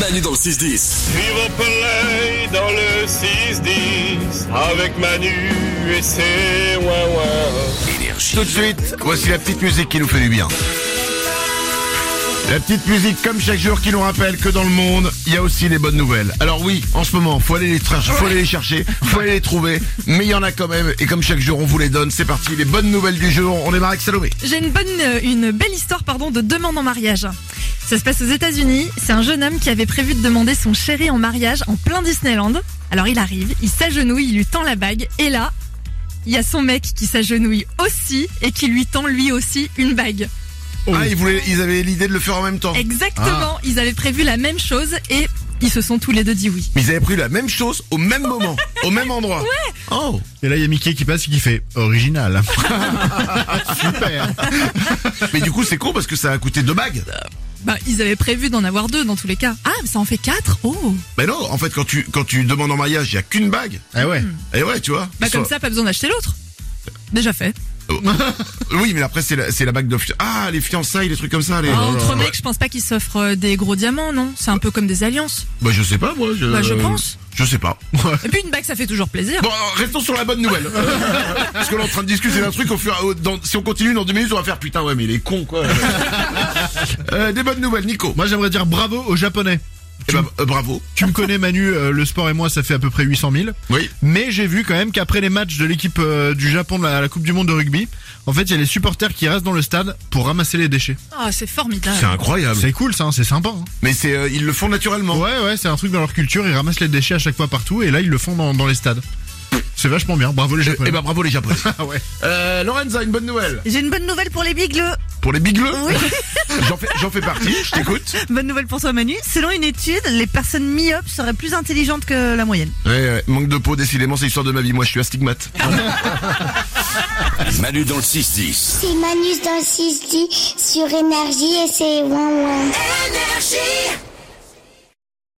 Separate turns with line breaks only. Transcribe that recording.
Manu dans le 6-10.
Vivre plein dans le 6-10 avec Manu et ses ouin-ouin.
Énergie.
Tout de suite, voici la petite musique qui nous fait du bien. La petite musique comme chaque jour qui nous rappelle que dans le monde, il y a aussi des bonnes nouvelles. Alors oui, en ce moment, faut aller les, tra- faut aller les chercher, faut aller les trouver, mais il y en a quand même, et comme chaque jour, on vous les donne. C'est parti, les bonnes nouvelles du jour, on démarre avec Salomé.
J'ai une bonne, euh, une belle histoire pardon de demande en mariage. Ça se passe aux États-Unis. C'est un jeune homme qui avait prévu de demander son chéri en mariage en plein Disneyland. Alors il arrive, il s'agenouille, il lui tend la bague, et là, il y a son mec qui s'agenouille aussi et qui lui tend lui aussi une bague.
Oh.
Ah, ils, voulaient, ils avaient l'idée de le faire en même temps. Mais
Exactement. Ils avaient prévu la même chose et ils se sont tous les deux dit oui.
ils avaient pris la même chose au même moment, au même endroit. Oh
Et là, il y a Mickey qui passe et qui fait original. Super.
Mais du coup, c'est con parce que ça a coûté deux bagues.
Bah, ils avaient prévu d'en avoir deux dans tous les cas. Ah, mais ça en fait quatre. Oh.
Mais Ben non, en fait, quand tu, quand tu demandes en mariage, il n'y a qu'une bague.
Ah ouais.
Et ouais, tu vois.
Bah
Soit- euh,
comme ça, pas besoin d'acheter l'autre. Déjà fait.
Oui, mais après, c'est la, c'est la bague de... Ah, les fiançailles, les trucs comme ça. Les...
Ah, entre
Ouais.
mecs, je pense pas qu'ils s'offrent euh, des gros diamants, non C'est un peu comme des alliances.
Bah, je sais pas, moi. Je,
Bah, je pense.
Je sais pas.
Et puis une bague, ça fait toujours plaisir.
Bon, alors, restons sur la bonne nouvelle. Parce qu'on est en train de discuter d'un truc, au fur, au- dans- si on continue dans deux minutes, on va faire putain, ouais, mais il est con, quoi. Euh, des bonnes nouvelles, Nico.
Moi, j'aimerais dire bravo aux Japonais.
Eh ben, euh, bravo.
Tu me connais, Manu, euh, le sport et moi, ça fait à peu près 800 000.
Oui.
Mais j'ai vu quand même qu'après les matchs de l'équipe euh, du Japon de la, la Coupe du Monde de rugby, en fait, il y a les supporters qui restent dans le stade pour ramasser les déchets.
Ah, c'est formidable.
C'est incroyable.
C'est cool, ça, hein, c'est sympa. hein.
Mais c'est, euh, ils le font naturellement.
Ouais, ouais, c'est un truc dans leur culture, ils ramassent les déchets à chaque fois partout, et là, ils le font dans, dans les stades. C'est vachement bien, bravo les
Eh
Japonais.
ben, bravo les Japonais.
Ah ouais.
Euh, Lorenza, une bonne nouvelle.
J'ai une bonne nouvelle pour les bigleux.
Pour les bigleux. J'en fais, j'en fais partie, je t'écoute.
Bonne nouvelle pour toi Manu. Selon une étude, les personnes myopes seraient plus intelligentes que la moyenne.
Ouais, ouais, manque de peau, décidément, c'est l'histoire de ma vie. Moi, je suis astigmate.
Manu dans le 6-10.
C'est Manus dans 6 sur Énergie et c'est ouin ouin.